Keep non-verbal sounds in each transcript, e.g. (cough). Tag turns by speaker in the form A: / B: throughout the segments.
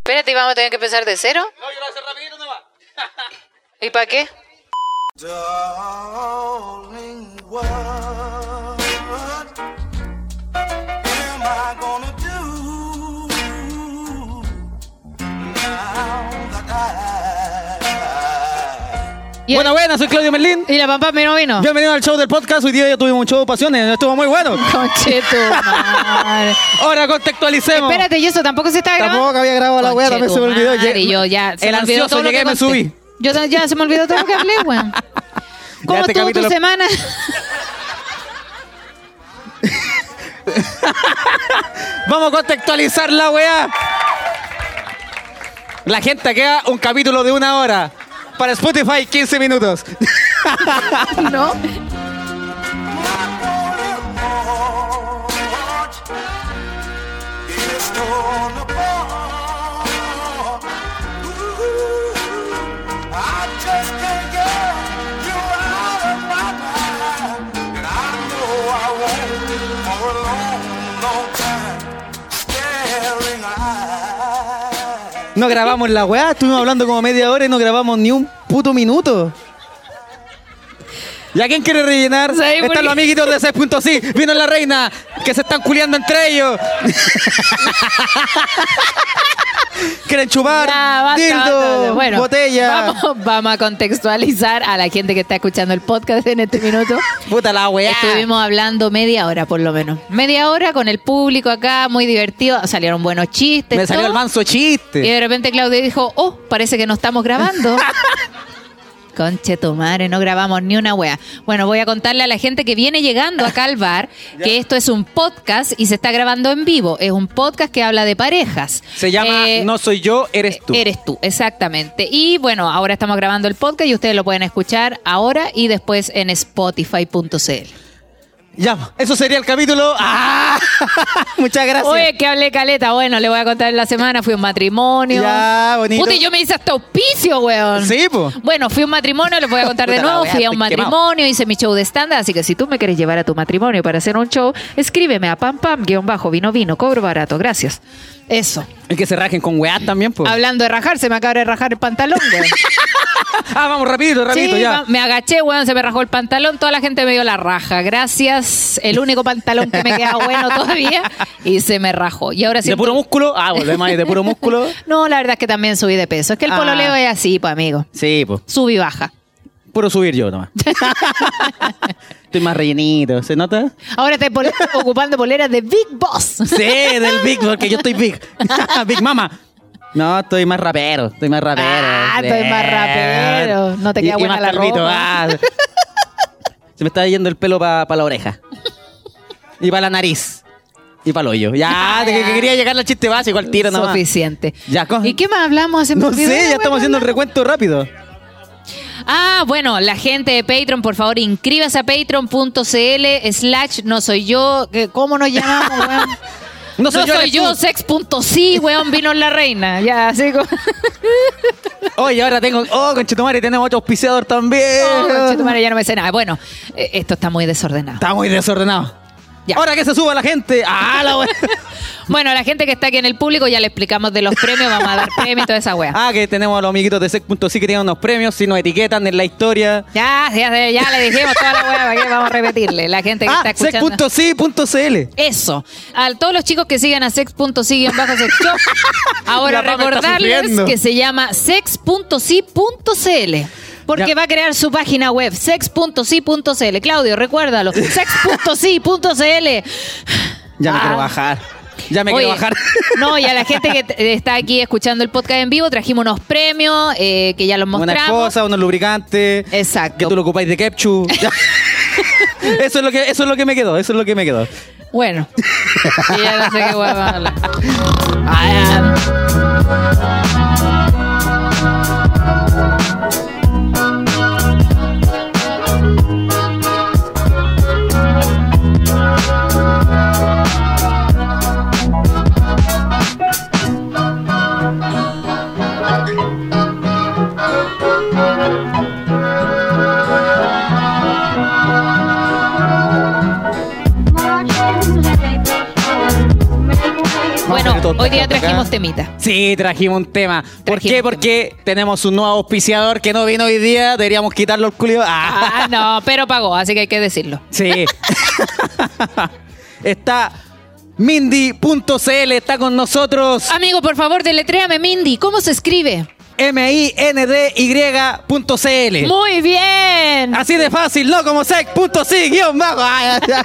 A: Espérate, ¿y vamos a tener que empezar de cero?
B: No, yo lo hago rapidito nomás.
A: ¿Y para qué?
C: Darling, what am I gonna do now that I
A: Y-
D: Buenas, buenas, soy Claudio Merlín.
A: ¿Y la pampa no vino? (laughs)
D: Bienvenido al show del podcast. Hoy día ya tuvimos un show de pasiones, estuvo muy bueno.
A: Concheto,
D: (laughs)
A: madre.
D: Ahora contextualicemos.
A: Espérate, y eso tampoco se está grabando.
D: Tampoco había grabado la wea, también se me olvidó.
A: Conchetumare,
D: Lle-
A: yo ya, se
D: el
A: me olvidó
D: ansioso
A: todo lo que
D: llegué y me
A: conté.
D: subí.
A: Yo ta- ya se me olvidó todo lo que hablé,
D: (laughs)
A: weón. ¿Cómo
D: este
A: estuvo
D: capítulo-
A: tu
D: (laughs)
A: semana?
D: Vamos a contextualizar la wea. La gente queda un capítulo de una hora. Para Spotify, 15 minutos.
A: ¿No?
C: Lord, it's gonna pour. Ooh, I just can't get you out of my mind, and I know I won't for a long, long time. Staring eyes.
D: No grabamos la wea, estuvimos hablando como media hora y no grabamos ni un puto minuto. ¿Y a quién quiere rellenar?
A: ¿Sabes por
D: Están los
A: qué?
D: amiguitos de 6.6, vino la reina, que se están culiando
A: (laughs)
D: entre ellos. Quieren chupar,
A: Ya, Ah, basta,
D: dildo,
A: basta, basta. Bueno,
D: botella.
A: Vamos, vamos a contextualizar a la gente que está escuchando el podcast en este
D: (laughs)
A: minuto.
D: Puta la wea.
A: Estuvimos hablando media hora, por lo menos. Media hora con el público acá, muy divertido. Salieron buenos chistes.
D: Me salió
A: todo. Eh,
D: el manso
A: Y
D: chiste.
A: de repente Claudio dijo, oh, parece que no estamos
D: (laughs)
A: grabando. Conche tu madre, no grabamos ni una wea. Bueno, voy a contarle a la gente que viene llegando acá al
D: (laughs)
A: bar que esto es un podcast y se está grabando en vivo. Es un podcast que habla de parejas.
D: Se llama
A: Eh,
D: No soy yo, eres tú.
A: Eres tú, exactamente. Y bueno, ahora estamos grabando el podcast y ustedes lo pueden escuchar ahora y después en spotify.cl.
D: Ya, eso sería el capítulo. (laughs) ¡Ah! Muchas gracias.
A: Oye, que hablé caleta. Bueno, le voy a contar en la semana. Fui a un matrimonio.
D: Ya, bonito.
A: Puta, y yo me hice hasta auspicio, weón.
D: Sí, po.
A: Bueno, fui a un matrimonio, les voy a contar de
D: Puta la
A: nuevo.
D: wea,
A: Fui a
D: estoy
A: un
D: quemado.
A: matrimonio, hice mi show de estándar. Así que si tú me quieres llevar a tu matrimonio para hacer un show, escríbeme a pam pam guión bajo vino vino, cobro barato. Gracias. Eso.
D: Y que se rajen con weá también, pues.
A: Hablando de rajar, se me acaba de rajar el pantalón,
D: (laughs)
A: weón.
D: Ah, vamos, rapidito, rapidito,
A: Sí,
D: ya.
A: va- me agaché, weón, se me rajó el pantalón, toda la gente me dio la raja. Gracias, el único pantalón que me queda bueno todavía y se me rajó. Y ahora sí.
D: ¿De puro músculo? Ah, volvemos ahí, de puro músculo.
A: No, la verdad es que también subí de peso. Es que el
D: Ah.
A: pololeo es así, pues, amigo.
D: Sí, pues.
A: Sub y baja.
D: Puro subir
A: (laughs)
D: yo nomás. Estoy más rellenito, ¿se nota?
A: Ahora te
D: (laughs)
A: pone- ocupando poleras de Big Boss.
D: Sí, del Big, porque yo estoy Big. (laughs) big Mama. No, estoy más rapero, estoy más rapero.
A: Ah, estoy más rapero. No te queda
D: Y- y
A: buena
D: más
A: la
D: calvito,
A: ropa.
D: ah. Se me está yendo el pelo para la oreja. Y para la nariz. Y para el hoyo. Ya,
A: Ah,
D: de que-
A: ya.
D: que quería llegar al chiste básico, al tiro nomás.
A: Suficiente.
D: Ya, coge.
A: ¿Y qué más hablamos? Se me
D: No sé,
A: olvidó,
D: ya
A: weón.
D: estamos haciendo el recuento rápido.
A: Ah, bueno, la gente de Patreon, por favor, inscríbase a patreon.cl slash no soy yo. que- ¿Cómo nos
D: (laughs)
A: llamamos, weón?
D: No soy yo, eres tú.
A: sex.sí, weón, vino la reina. Ya, así
D: (laughs)
A: como... "Oh,
D: Oye, ahora tengo. Oh, conchetumare, tenemos otro auspiciador también.
A: Oh, conchetumare, ya no me sé nada. Bueno, eh, esto está muy desordenado.
D: Está muy desordenado.
A: Ya.
D: Ahora que se suba la gente. ¡Ah,
A: (laughs)
D: la wea!
A: Bueno, la gente que está aquí en el público ya le explicamos de los premios, vamos a dar premios y toda esa wea.
D: (laughs) Ah, que tenemos a los amiguitos de Sec.si que tienen unos premios. Si nos etiquetan en la historia.
A: Ya, ya, ya le dijimos toda la wea, ¿para qué vamos a repetirle? La gente que
D: Ah,
A: está escuchando.
D: sec.si.cl.
A: Eso. A todos los chicos que sigan a sex.si bajo sex
D: (laughs)
A: shop. Ahora
D: La Pame está
A: recordarles
D: sufriendo.
A: que se llama sex.si.cl. Porque
D: Ya.
A: va a crear su página web, sex.si.cl. Claudio, recuérdalo,
D: (laughs)
A: sex.si.cl.
D: Ya me
A: Ah.
D: quiero bajar. Ya me
A: Oye,
D: quiero
A: (laughs)
D: bajar.
A: No, y a la gente que t- está aquí escuchando el podcast en vivo, trajimos unos premios eh, que ya los mostramos.
D: Unas cosas, unos lubricantes.
A: Exacto.
D: Que tú lo ocupáis
A: (laughs)
D: de ketchup. (laughs) Ya. eso, es lo que, eso es lo que me quedó. Eso es lo que me quedó. (laughs)
A: Bueno. Y ya no sé qué hueá vamos a hablar. Ah,
E: March in the day before. Make way
A: Bueno,
D: Vamos a hacer todo
A: hoy día
D: estamos acá.
A: trajimos temita.
D: Sí, trajimos un tema. ¿Por
A: Trajimos
D: qué?
A: un
D: Porque tenemos un nuevo auspiciador que no vino hoy día. Deberíamos quitarlo al culio. Ah,
A: Ah, no, pero pagó, así que hay que decirlo.
D: sí. (laughs) está Mindy.cl, está con nosotros.
A: Amigo, por favor, deletréame, Mindy. ¿Cómo se escribe?
D: M-I-N-D-Y.cl.
A: Muy bien.
D: Así de fácil, no como sec.si, guión bajo. Ay, ay, ay.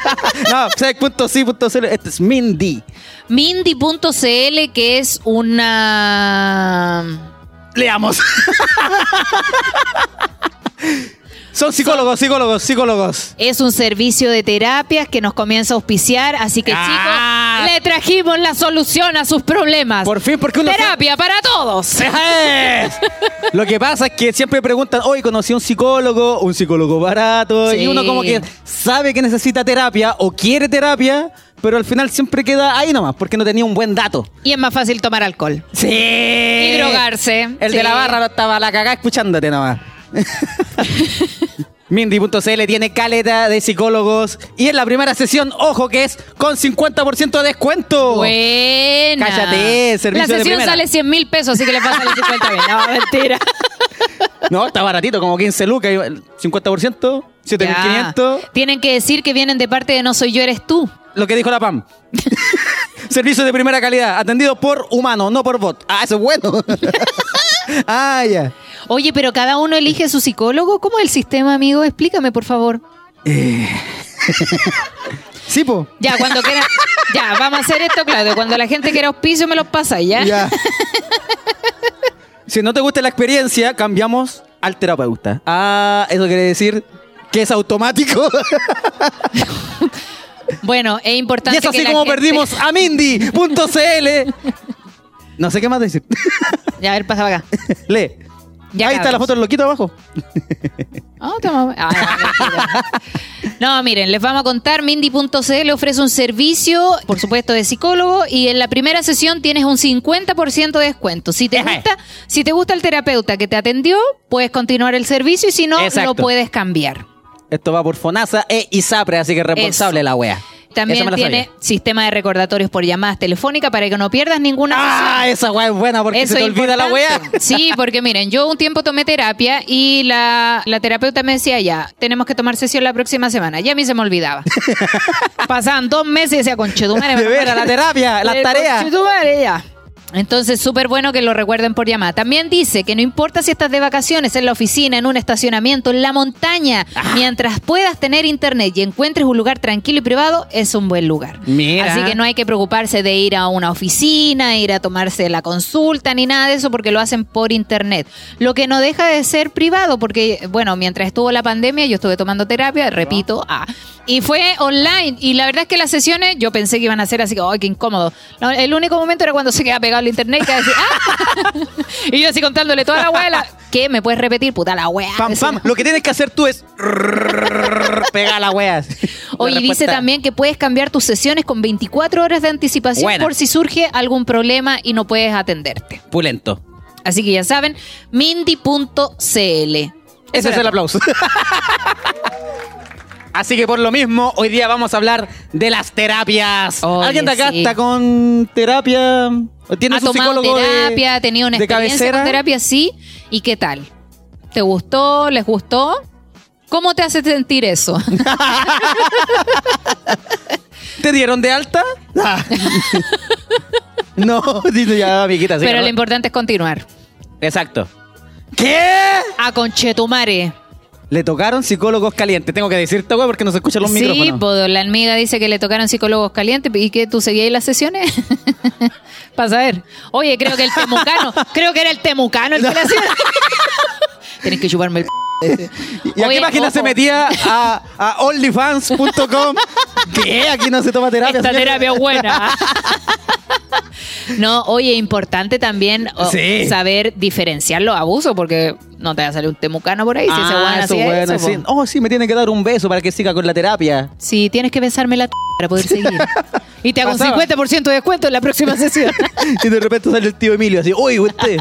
D: No, sec.si.cl. Este es Mindy.
A: Mindy.cl, que es una...
D: Leamos. (laughs) Son psicólogos, psicólogos, psicólogos.
A: Es un servicio de terapias que nos comienza a auspiciar, así que
D: Ah.
A: chicos, le trajimos la solución a sus problemas.
D: Por fin, porque uno...
A: Terapia para todos.
D: ¡Es! (laughs) Lo que pasa es que siempre preguntan, hoy conocí a un psicólogo, un psicólogo barato,
A: Sí.
D: y uno como que sabe que necesita terapia o quiere terapia, pero al final siempre queda ahí nomás, porque no tenía un buen dato.
A: Y es más fácil tomar alcohol.
D: Sí.
A: Y drogarse.
D: El
A: Sí.
D: de la barra no estaba la cagá
A: (laughs)
D: escuchándote nomás. Mindy.cl tiene caleta de psicólogos y en la primera sesión, ojo que es con 50% de descuento.
A: Buena.
D: Oh. Cállate, servicio
A: La
D: de
A: sesión
D: primera.
A: sale 100 mil pesos, así que le pasan los 50 mil. No, mentira.
D: No, está baratito, como 15 lucas, y 50%,
A: Ya.
D: 7500.
A: Tienen que decir que vienen de parte de No Soy Yo, Eres Tú.
D: Lo que dijo la PAM. (laughs) Servicio de primera calidad, atendido por humano, no por bot. Ah, eso es bueno. (laughs) ah, ya.
A: Oye, pero cada uno elige su psicólogo. ¿Cómo es el sistema, amigo? Explícame, por favor.
D: Sí, po.
A: Ya, cuando quiera. ya, vamos a hacer esto, Claudio. Cuando la gente quiera auspicio, me los pasa, ¿ya?
D: Ya. si no te gusta la experiencia, cambiamos al terapeuta. Ah, eso quiere decir que es automático. (laughs)
A: Bueno, es
D: y
A: importante.
D: es así
A: que la
D: como
A: gente-
D: perdimos
A: (laughs)
D: a Mindy.cl. No sé qué más decir. (laughs)
A: Ya, a ver, pasa para acá.
D: Lee.
A: Ya
D: Ahí
A: cabros.
D: está la foto del loquito abajo.
A: Ah, toma- ah, no, mentira. no, miren, les vamos a contar. Mindy.cl ofrece un servicio, por supuesto, de psicólogo y en la primera sesión tienes un 50% de descuento. Si te
D: Ejé.
A: gusta, si te gusta el terapeuta que te atendió, puedes continuar el servicio y si no,
D: Exacto.
A: lo puedes cambiar.
D: Esto va por Fonasa e Isapre, así que responsable
A: Eso.
D: la wea. Esa
A: También
D: me la
A: tiene
D: sabía.
A: sistema de recordatorios por llamadas telefónicas para que no pierdas ninguna sesión.
D: Ah, esa wea es buena porque
A: Eso
D: se te
A: es
D: olvida la wea.
A: importante. Ah, Sí, porque miren, yo un tiempo tomé terapia y la, la terapeuta me decía, ya, tenemos que tomar sesión la próxima semana. Ya a mí se me
D: (laughs)
A: olvidaba. Pasaban dos meses y decía, conchetumare. Eh,
D: De veras, la terapia, las tareas.
A: Conchetumare, ya. Entonces, súper bueno que lo recuerden por llamada. También dice que no importa si estás de vacaciones, en la oficina, en un estacionamiento, en la montaña,
D: Ah.
A: mientras puedas tener internet y encuentres un lugar tranquilo y privado, es un buen lugar.
D: Mira.
A: Así que no hay que preocuparse de ir a una oficina, ir a tomarse la consulta, ni nada de eso, porque lo hacen por internet. Lo que no deja de ser privado, porque, bueno, mientras estuvo la pandemia, yo estuve tomando terapia, repito, ah, y fue online. Y la verdad es que las sesiones yo pensé que iban a ser así, que, ¡ay, qué incómodo! No, el único momento era cuando se quedaba pegado al internet y quedaba así, ¡ah! (laughs) y yo así contándole toda la weá, la- ¿qué? ¿Me puedes repetir? Puta la weá.
D: Pam,
A: Decía, (laughs)
D: pam. Lo que tienes que hacer tú es pegar la wea.
A: (laughs) Oye,
D: La
A: dice
D: respuesta.
A: también que puedes cambiar tus sesiones con 24 horas de anticipación
D: Buena.
A: por si surge algún problema y no puedes atenderte.
D: Pulento.
A: Así que ya saben, mindy.cl.
D: Ese es el aplauso. (laughs) Así que por lo mismo, hoy día vamos a hablar de las terapias.
A: Oye,
D: ¿Alguien de acá
A: sí.
D: está con terapia? ¿O ¿Tiene
A: Ha
D: su
A: tomado
D: psicólogo de-
A: terapia, ha tenido una
D: de
A: experiencia
D: cabecera?
A: con terapia, sí. ¿Y qué tal? ¿Te gustó? ¿Les gustó? ¿Cómo te hace sentir
D: (laughs)
A: eso?
D: ¿Te dieron de alta? Ah. (laughs) no, (laughs) dice ya, amiguita. sí,
A: Pero
D: ¿no?
A: lo importante es continuar.
D: Exacto. ¿Qué?
A: A conchetumare.
D: Le tocaron psicólogos calientes. Tengo que decirte, güey, porque no se escuchan los
A: Sí,
D: micrófonos.
A: po, la amiga dice que le tocaron psicólogos calientes y que tú seguías las sesiones. (laughs) Para saber. Oye, creo que el
D: (laughs)
A: temucano, creo que era el temucano el que le hacía. Tenés que chuparme el p.
D: ¿Y a
A: Oye,
D: qué página
A: ojo.
D: se metía? A, a
A: (laughs)
D: onlyfans.com. ¿Qué? Aquí no se toma terapia.
A: Esta
D: señor.
A: terapia es
D: (laughs)
A: buena. No, oye, importante también o,
D: Sí.
A: saber diferenciar los abusos, porque no te va a salir un temucano por ahí si ese
D: Ah,
A: weón
D: eso
A: hacía
D: bueno,
A: eso,
D: sí.
A: po.
D: Oh, sí, me tiene que dar un beso para que siga con la terapia.
A: Sí, tienes que besarme la t para poder seguir. Y te hago
D: Pasaba. (laughs)
A: un 50% de descuento en la próxima sesión.
D: Y de repente sale el tío Emilio así, uy, usted.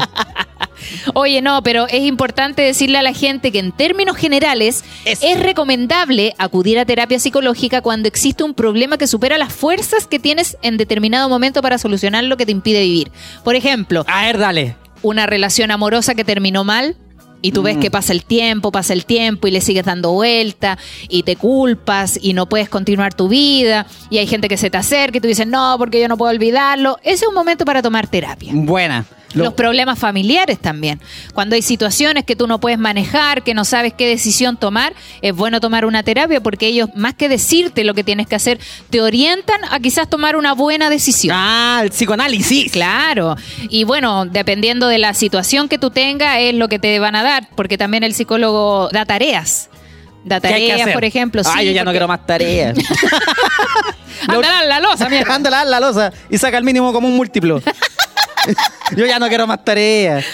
A: Oye, no, pero es importante decirle a la gente que en términos generales
D: Eso.
A: es recomendable acudir a terapia psicológica cuando existe un problema que supera las fuerzas que tienes en determinado momento para solucionar lo que te impide vivir. Por ejemplo,
D: A ver, dale.
A: una relación amorosa que terminó mal y tú ves que pasa el tiempo, pasa el tiempo y le sigues dando vuelta y te culpas y no puedes continuar tu vida y hay gente que se te acerca y tú dices, no, porque yo no puedo olvidarlo. Ese es un momento para tomar terapia.
D: Buena. Lo-
A: Los problemas familiares también. Cuando hay situaciones que tú no puedes manejar, que no sabes qué decisión tomar, es bueno tomar una terapia porque ellos, más que decirte lo que tienes que hacer, te orientan a quizás tomar una buena decisión.
D: ah, el psicoanálisis.
A: Claro. Y bueno, dependiendo de la situación que tú tengas, es lo que te van a dar, porque también el psicólogo da tareas. Da
D: ¿Qué hay que
A: tareas,
D: hacer?
A: por ejemplo.
D: Ah,
A: sí,
D: yo ya no
A: porque-
D: quiero
A: (laughs)
D: más tareas.
A: Ándala a la losa, mierda.
D: Ándala, haz la losa y saca el mínimo como
A: (laughs)
D: un múltiplo. yo ya no quiero más tareas.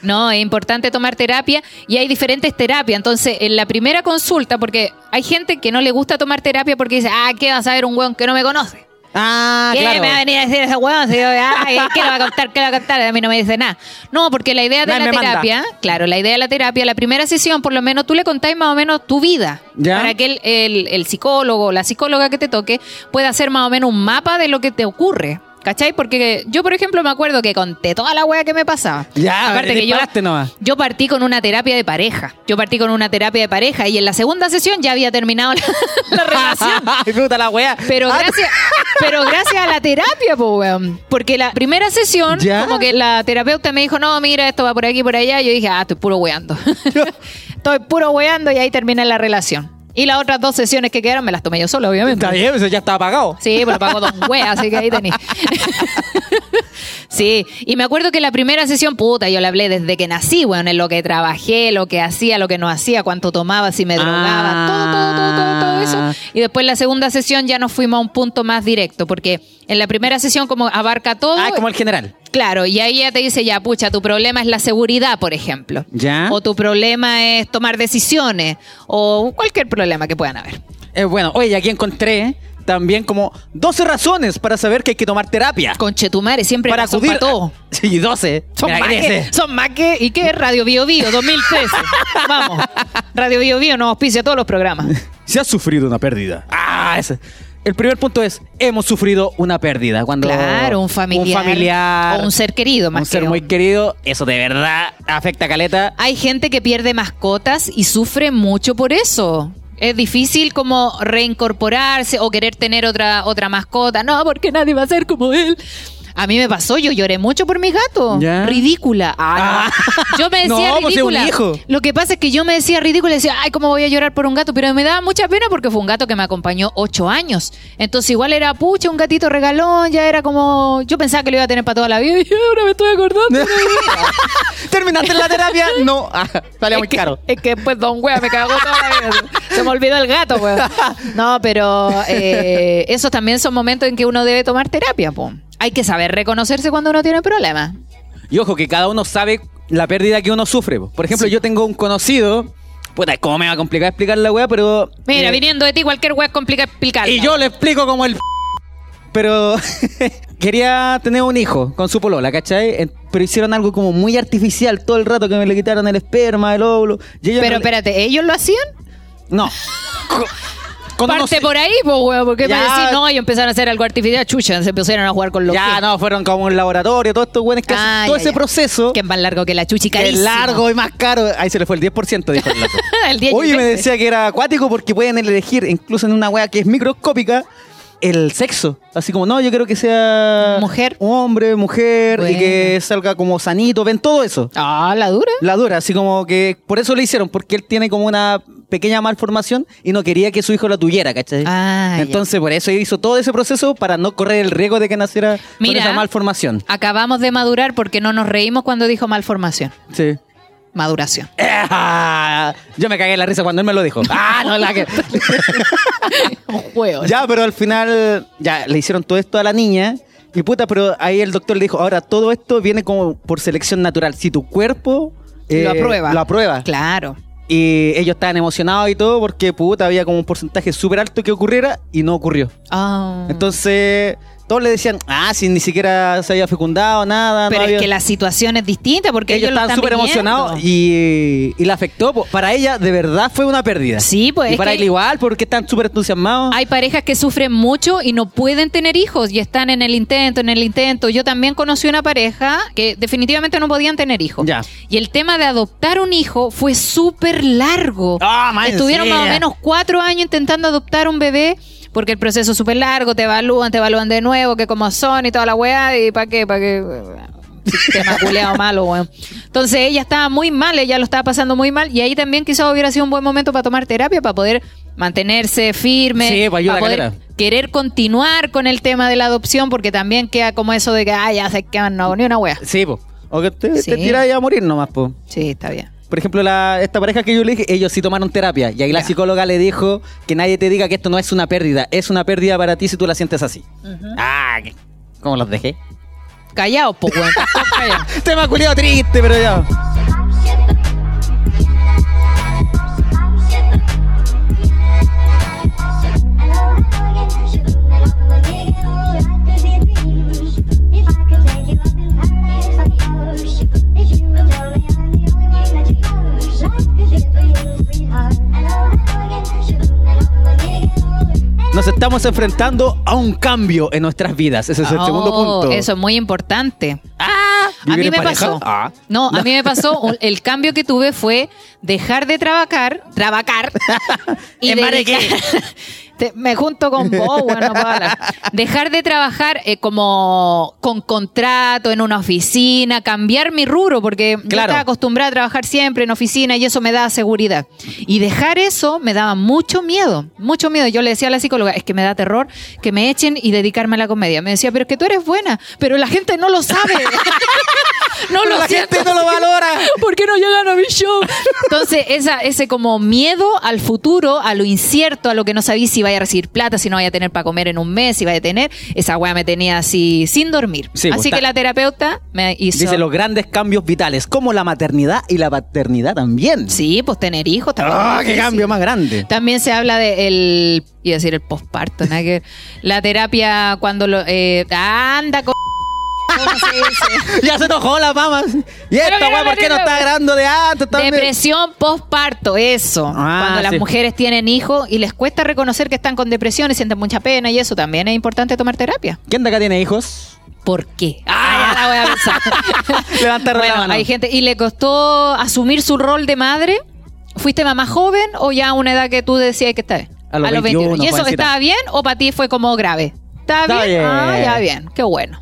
A: No, es importante tomar terapia y hay diferentes terapias. Entonces, en la primera consulta, porque hay gente que no le gusta tomar terapia porque dice, ah, ¿qué va a saber un weón que no me conoce?
D: Ah,
A: ¿Qué
D: claro.
A: me va a venir a decir ese weón? Si yo, ay, ¿Qué le va a contar? ¿Qué le va a contar? A mí no me dice nada. No, porque la idea de
D: Nadie
A: la
D: me manda.
A: terapia, claro, la idea de la terapia, la primera sesión, por lo menos tú le contás más o menos tu vida.
D: Ya.
A: Para que el, el- el psicólogo o la psicóloga que te toque pueda hacer más o menos un mapa de lo que te ocurre. ¿Cachai? Porque yo, por ejemplo, me acuerdo que conté toda la wea que me pasaba.
D: Ya,
A: aparte que yo,
D: disparaste nomás.
A: yo partí con una terapia de pareja. Yo partí con una terapia de pareja y en la segunda sesión ya había terminado la, (laughs) la relación.
D: (laughs) Ay, puta la wea.
A: Pero
D: Ah,
A: gracias, pero gracias a la terapia, po, weón. Porque la primera sesión,
D: ¿Ya?
A: como que la terapeuta me dijo, no, mira, esto va por aquí, por allá. Yo dije, ah, estoy puro
D: (laughs)
A: weando. estoy puro weando y ahí termina la relación. Y las otras dos sesiones que quedaron me las tomé yo solo, obviamente.
D: Está bien, eso ya estaba pagado.
A: Sí, pero pagó
D: (laughs)
A: dos weas, así que ahí tenés. sí, y me acuerdo que la primera sesión, puta, yo le hablé desde que nací, weón, en lo que trabajé, lo que hacía, lo que no hacía, cuánto tomaba, si
D: Ah.
A: me drogaba, todo, todo, todo, todo, todo eso. Y después la segunda sesión ya nos fuimos a un punto más directo, porque en la primera sesión como abarca todo.
D: Ah, es como el general.
A: Claro, y ahí ya te dice, ya, pucha, tu problema es la seguridad, por ejemplo.
D: Ya.
A: O tu problema es tomar decisiones, o cualquier problema que puedan haber.
D: Eh, bueno, oye, y aquí encontré también como 12 razones para saber que hay que tomar terapia.
A: Conchetumare, siempre
D: para
A: razón
D: acudir.
A: pa' todo.
D: (laughs) Sí, 12.
A: Son
D: Mira,
A: más, que,
D: 13.
A: son más que- ¿Y qué? Radio Bio Bio 2013. Vamos. Radio Bio Bio nos auspicia todos los programas.
D: Se ha sufrido una pérdida. Ah, ese. El primer punto es, hemos sufrido una pérdida. Cuando
A: Claro, un familiar.
D: Un familiar.
A: O un ser querido, más Ah,
D: Un ser
A: que
D: muy
A: un-
D: querido. Eso de verdad afecta a Caleta.
A: Hay gente que pierde mascotas y sufre mucho por eso. Es difícil como reincorporarse o querer tener otra, otra mascota. No, porque nadie va a ser como él. A mí me pasó, yo lloré mucho por mi gato.
D: Ya.
A: Ridícula. Ah, no. Yo me decía
D: (laughs) No, pues es un
A: ridícula.
D: hijo.
A: Lo que pasa es que yo me decía ridícula y decía, ay, ¿cómo voy a llorar por un gato? Pero me daba mucha pena porque fue un gato que me acompañó ocho años. Entonces igual era pucha, un gatito regalón, ya era como, yo pensaba que lo iba a tener para toda la vida y ahora me estoy acordando.
D: (laughs) ¿Terminaste la terapia? No. Ah, salía
A: Es
D: muy
A: que-
D: caro.
A: Es que pues don wea me cagó toda la vida. Se me olvidó el gato, wea. No, pero eh, esos también son momentos en que uno debe tomar terapia, po. Hay que saber reconocerse cuando uno tiene problemas.
D: Y ojo, que cada uno sabe la pérdida que uno sufre. po. Por ejemplo, yo tengo un conocido. Puta, es como me va a complicar explicar la weá, pero.
A: Mira,
D: eh,
A: viniendo de ti cualquier wea es complicado explicar.
D: Y yo le explico como el. (laughs) Pero. (laughs) quería tener un hijo con su polola, ¿cachai? Eh, Pero hicieron algo como muy artificial todo el rato que me le quitaron el esperma, el óvulo. y ella
A: Pero
D: no le-
A: espérate, ¿ellos lo hacían?
D: No.
A: (laughs)
D: Co- con
A: Parte
D: unos-
A: por ahí, po, wea, porque me
D: Ya.
A: decís, no, ellos empezaron a hacer algo artificial, chucha, se pusieron a jugar con los
D: Ya,
A: pies.
D: no, fueron como un laboratorio, todos estos güeyes que hacen
A: Ah,
D: todo
A: ya,
D: ese
A: ya.
D: proceso.
A: Que es más largo que la chuchi,
D: que es
A: carísimo.
D: largo y más caro. Ahí se le fue el 10%, dijo el loco.
A: (laughs) El 10 y
D: Oye, me
A: 20.
D: decía que era acuático porque pueden elegir, incluso en una wea que es microscópica, el sexo. Así como, no, yo quiero que sea.
A: Mujer.
D: Hombre, mujer, y
A: Bueno.
D: que salga como sanito. Ven todo eso.
A: Ah, la dura.
D: La dura, así como que. Por eso lo hicieron, porque él tiene como una pequeña malformación y no quería que su hijo la tuviera, ¿cachai?
A: Ah, ya.
D: Entonces, por eso hizo todo ese proceso para no correr el riesgo de que naciera
A: Mira.
D: con esa malformación.
A: Acabamos de madurar porque no nos reímos cuando dijo malformación.
D: Sí. (laughs)
A: Maduración.
D: Ah, Yo me cagué en la risa cuando él me lo dijo. Ah, no, la que...
A: (laughs) Un juego.
D: ya, pero al final, ya, le hicieron todo esto a la niña. Y puta, pero ahí el doctor le dijo, ahora todo esto viene como por selección natural. Si tu cuerpo... eh,
A: lo aprueba.
D: Lo aprueba.
A: Claro.
D: Y ellos estaban emocionados y todo porque, puta, había como un porcentaje súper alto que ocurriera y no ocurrió.
A: Ah.
D: Entonces, Todos le decían, ah, si ni siquiera se había fecundado, nada. no
A: Pero
D: había-
A: es que la situación es distinta porque
D: ellos
A: ellos, lo
D: estaban
A: están
D: súper
A: viviendo.
D: emocionados y, y la afectó. po. Para ella, de verdad, fue una pérdida.
A: Sí, pues,
D: Y
A: es
D: para
A: que-
D: él igual, porque están súper entusiasmados.
A: Hay parejas que sufren mucho y no pueden tener hijos y están en el intento, en el intento. Yo también conocí una pareja que definitivamente no podían tener hijos.
D: Ya.
A: Y el tema de adoptar un hijo fue súper largo.
D: Ah, man,
A: Estuvieron
D: sí.
A: más o menos cuatro años intentando adoptar un bebé porque el proceso es súper largo, te evalúan, te evalúan de nuevo, que como son y toda la weá, y para qué, para qué. Sistema culeado malo, weón. Entonces ella estaba muy mal, ella lo estaba pasando muy mal, y ahí también quizás hubiera sido un buen momento para tomar terapia, para poder mantenerse firme,
D: Sí, pues, ayuda
A: para poder
D: caleta.
A: querer continuar con el tema de la adopción, porque también queda como eso de que, ah, ya se quedan, no, ni una weá.
D: Sí, po. O que te,
A: Sí.
D: te tiras a morir nomás, po.
A: Sí, está bien.
D: Por ejemplo, la- esta pareja que yo le dije, ellos sí tomaron terapia. Y ahí la
A: Ya.
D: psicóloga le dijo que nadie te diga que esto no es una pérdida. Es una pérdida para ti si tú la sientes así. Ah, ¿qué? ¿cómo los dejé?
A: Callado, po,
D: (laughs)
A: weón. todos callados.
D: Tema culiado triste, pero ya. Nos estamos enfrentando a un cambio en nuestras vidas. Ese es el segundo
A: Oh,
D: punto.
A: Eso es muy importante.
D: Ah,
A: A mí
D: ¿vivir
A: me
D: en pareja?
A: pasó.
D: Ah.
A: No, a mí me pasó. un- El cambio que tuve fue dejar de trabajar, trabajar.
D: (laughs) Embarequé.
A: (laughs) Te- me junto con vos,
D: (laughs)
A: bueno, Dejar de trabajar eh, como con contrato en una oficina, cambiar mi rubro, porque yo
D: Claro.
A: estaba acostumbrada a trabajar siempre en oficina y eso me da seguridad. Y dejar eso me daba mucho miedo, mucho miedo. Yo le decía a la psicóloga, es que me da terror que me echen y dedicarme a la comedia. Me decía, pero es que tú eres buena, pero la gente no lo
D: (laughs)
A: sabe. (laughs) no
D: Pero
A: lo
D: la
A: siento.
D: gente no lo valora.
A: ¿Por qué no llegan a mi show? Entonces, esa, ese como miedo al futuro, a lo incierto, a lo que no sabía si vaya a recibir plata, si no vaya a tener para comer en un mes, si vaya a tener, esa weá me tenía así sin dormir.
D: Sí, pues,
A: así
D: está-
A: que la terapeuta me hizo...
D: Dice los grandes cambios vitales, como la maternidad y la paternidad también.
A: Sí, pues tener hijos también.
D: ¡Ah,
A: Sí,
D: qué
A: sí.
D: cambio más grande!
A: También se habla de el, iba a decir el posparto, nada que ver. la terapia cuando lo, eh, anda con... ¿Cómo se dice?
D: (laughs) ya se enojó la mamá. Y
A: Pero
D: esta
A: mira
D: weá,
A: la
D: ¿por qué no
A: neta,
D: está grabando de antes? Está-
A: Depresión postparto, eso.
D: Ah,
A: Cuando las
D: sí.
A: mujeres tienen hijos y les cuesta reconocer que están con depresión y sienten mucha pena y eso también es importante tomar terapia.
D: ¿Quién de acá tiene hijos?
A: ¿Por qué? Ah, ya la voy a pensar.
D: (laughs) Levantar la
A: Bueno,
D: mano.
A: hay gente y le costó asumir su rol de madre. ¿Fuiste mamá joven o ya a una edad que tú decías que está bien?
D: A los 21,
A: ¿Y eso
D: Juancita.
A: estaba bien o para ti fue como grave? ¿Estaba
D: Está
A: bien? Ah,
D: bien.
A: ya bien. Qué
D: (laughs)
A: bueno.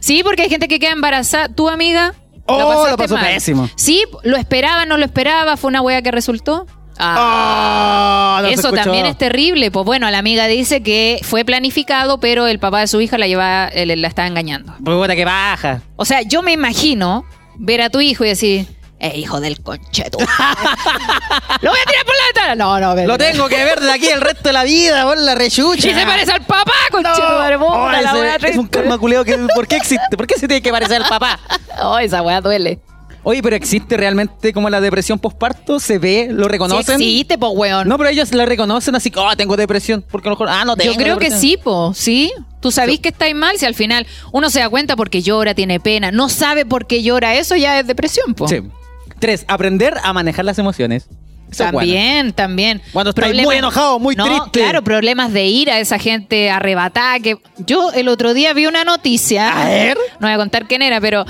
A: sí, porque hay gente que queda embarazada. ¿Tu amiga?
D: Oh, lo
A: pasaste
D: pasó
A: mal.
D: pésimo.
A: Sí, lo esperaba, no lo esperaba. Fue una wea que resultó. Ah.
D: Ah, no se
A: Eso
D: escuchó.
A: también es terrible. Pues bueno, la amiga dice que fue planificado, pero el papá de su hija la llevaba, eh, la estaba engañando.
D: Puta, que baja.
A: O sea, yo me imagino ver a tu hijo y decir, eh, hijo del concheto.
D: (laughs)
A: ¡Lo voy a tirar por la ventana! No, no, ven.
D: Lo tengo que ver de aquí el resto de la vida, por la rechucha.
A: ¡Y se parece al papá, concheto! madre, puta,
D: Oh,
A: la
D: ese-
A: wea
D: es un
A: triste.
D: karma culeo que. ¿Por qué existe? ¿Por qué se tiene que parecer al papá?
A: Oh, esa weá duele.
D: Oye, pero existe realmente como la depresión posparto, se ve, lo reconocen.
A: Sí existe, po, weón.
D: No, pero ellos la reconocen así, oh, tengo depresión, porque a lo mejor, ah, no tengo.
A: Yo creo que
D: depresión.
A: sí, po, sí. Tú sabís que estáis mal si al final uno se da cuenta porque llora, tiene pena, no sabe por qué llora, eso ya es depresión, po.
D: Sí. Tres, aprender a manejar las emociones. Eso es bueno.
A: también, también.
D: Cuando estáis
A: Problemas-
D: muy enojado, muy
A: No,
D: triste.
A: Claro, problemas de ira, esa gente arrebatada. Que... Yo el otro día vi una noticia.
D: A ver.
A: No voy a contar quién era, pero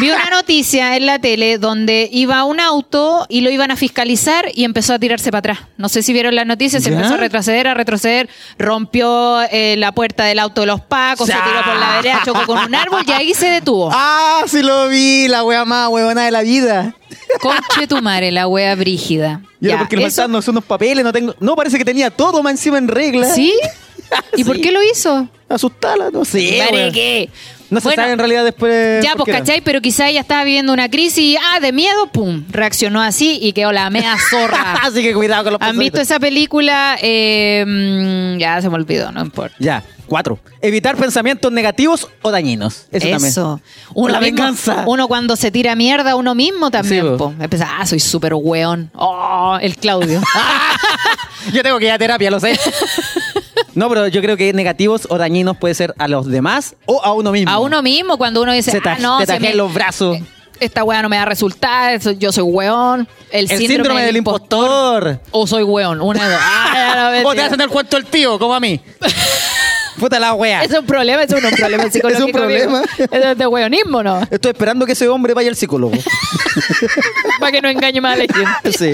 A: vi una noticia en la tele donde iba un auto y lo iban a fiscalizar y empezó a tirarse para atrás. No sé si vieron las noticias, se
D: ¿Ya?
A: empezó a retroceder, a retroceder, rompió eh, la puerta del auto de los pacos, se
D: Ya.
A: tiró por la derecha, chocó con un árbol y ahí se detuvo.
D: Ah, sí lo vi, la wea más huevona de la vida.
A: Conche tu madre, la wea brígida.
D: Y ahora
A: Ya,
D: porque le
A: eso-
D: faltan unos- unos papeles, no tengo. No, parece que tenía todo más encima en regla. (laughs)
A: ¿Sí? ¿Y por
D: Sí.
A: qué lo hizo?
D: Asustala, no sé.
A: Vale,
D: wea.
A: ¿qué?
D: No se
A: Bueno,
D: sabe en realidad después.
A: Ya,
D: por
A: pues,
D: qué era.
A: ¿cachai? Pero quizá ella estaba viviendo una crisis y, ah, de miedo, pum, reaccionó así y quedó la
D: (laughs)
A: mea zorra.
D: (laughs) Así que cuidado con los
A: ¿Han visto
D: pensamientos.
A: esa película? Eh, mm, ya se me olvidó, no importa.
D: Ya, cuatro. Evitar pensamientos negativos o dañinos. Eso,
A: Eso.
D: también.
A: Uno
D: La
A: mismo-
D: venganza.
A: Uno cuando se tira mierda a uno mismo también,
D: Sí, po.
A: po. Empieza, ah, soy súper
D: (laughs)
A: weón. Oh, el Claudio.
D: Yo tengo que ir a terapia, lo sé. No, pero yo creo que negativos o dañinos puede ser a los demás o a uno mismo.
A: A uno mismo, cuando uno dice,
D: Se ta-
A: ah, no,
D: te
A: si a
D: tajé
A: mí-
D: los brazos.
A: esta weá no me da resultados, yo soy weón. El,
D: El síndrome, del impostor.
A: O soy weón, una de dos.
D: (laughs)
A: Ah, ya lo
D: o te hacen el cuento el tío, como a (laughs) mí. Puta la wea.
A: Es un problema, es un, un problema psicológico.
D: problema.
A: amigo. Eso Es de weonismo, ¿no?
D: Estoy esperando que ese hombre vaya al (laughs) psicólogo.
A: Para que no engañe más a la gente.
D: sí.